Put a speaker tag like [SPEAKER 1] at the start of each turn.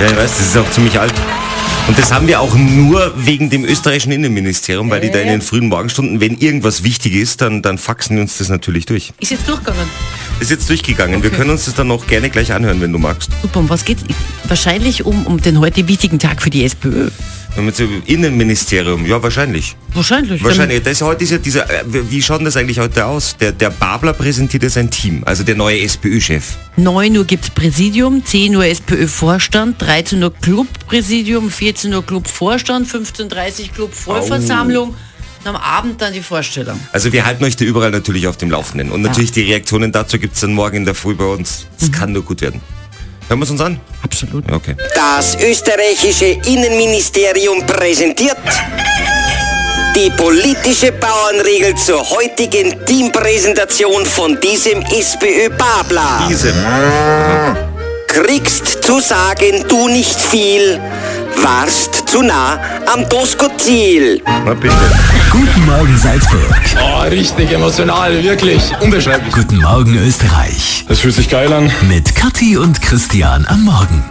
[SPEAKER 1] Ja, ich weiß, das ist auch ziemlich alt. Und das haben wir auch nur wegen dem österreichischen Innenministerium, weil die da in den frühen Morgenstunden, wenn irgendwas wichtig ist, dann, dann faxen die uns das natürlich durch.
[SPEAKER 2] Ist jetzt durchgegangen.
[SPEAKER 1] Ist jetzt durchgegangen. Wir können uns das dann noch gerne gleich anhören, wenn du magst.
[SPEAKER 2] Super, um was geht's? Wahrscheinlich um, um den heute wichtigen Tag für die SPÖ.
[SPEAKER 1] Wenn wir zum Innenministerium, ja wahrscheinlich.
[SPEAKER 2] Wahrscheinlich.
[SPEAKER 1] Wahrscheinlich. Das heute ist ja dieser, äh, wie schaut denn das eigentlich heute aus? Der, der Babler präsentiert ja sein Team, also der neue SPÖ-Chef.
[SPEAKER 2] 9 Uhr gibt's Präsidium, 10 Uhr SPÖ-Vorstand, 13 Uhr Clubpräsidium, 14 Uhr Clubvorstand, 15.30 Uhr Club-Vollversammlung und am Abend dann die Vorstellung.
[SPEAKER 1] Also wir halten euch da überall natürlich auf dem Laufenden. Und natürlich die Reaktionen dazu gibt's dann morgen in der Früh bei uns. Das kann nur gut werden. Hören wir es uns an?
[SPEAKER 2] Absolut.
[SPEAKER 1] Ja, Okay.
[SPEAKER 3] Das österreichische Innenministerium präsentiert die politische Bauernregel zur heutigen Teampräsentation von diesem SPÖ Babler.
[SPEAKER 1] Diese.
[SPEAKER 3] Kriegst zu sagen, du nicht viel, warst zu nah am Tosco-Ziel.
[SPEAKER 1] Na bitte.
[SPEAKER 4] Guten Morgen Salzburg.
[SPEAKER 5] Oh, richtig emotional, wirklich. Unbeschreiblich.
[SPEAKER 4] Guten Morgen Österreich.
[SPEAKER 5] Das fühlt sich geil an.
[SPEAKER 4] Mit Kathi und Christian am Morgen.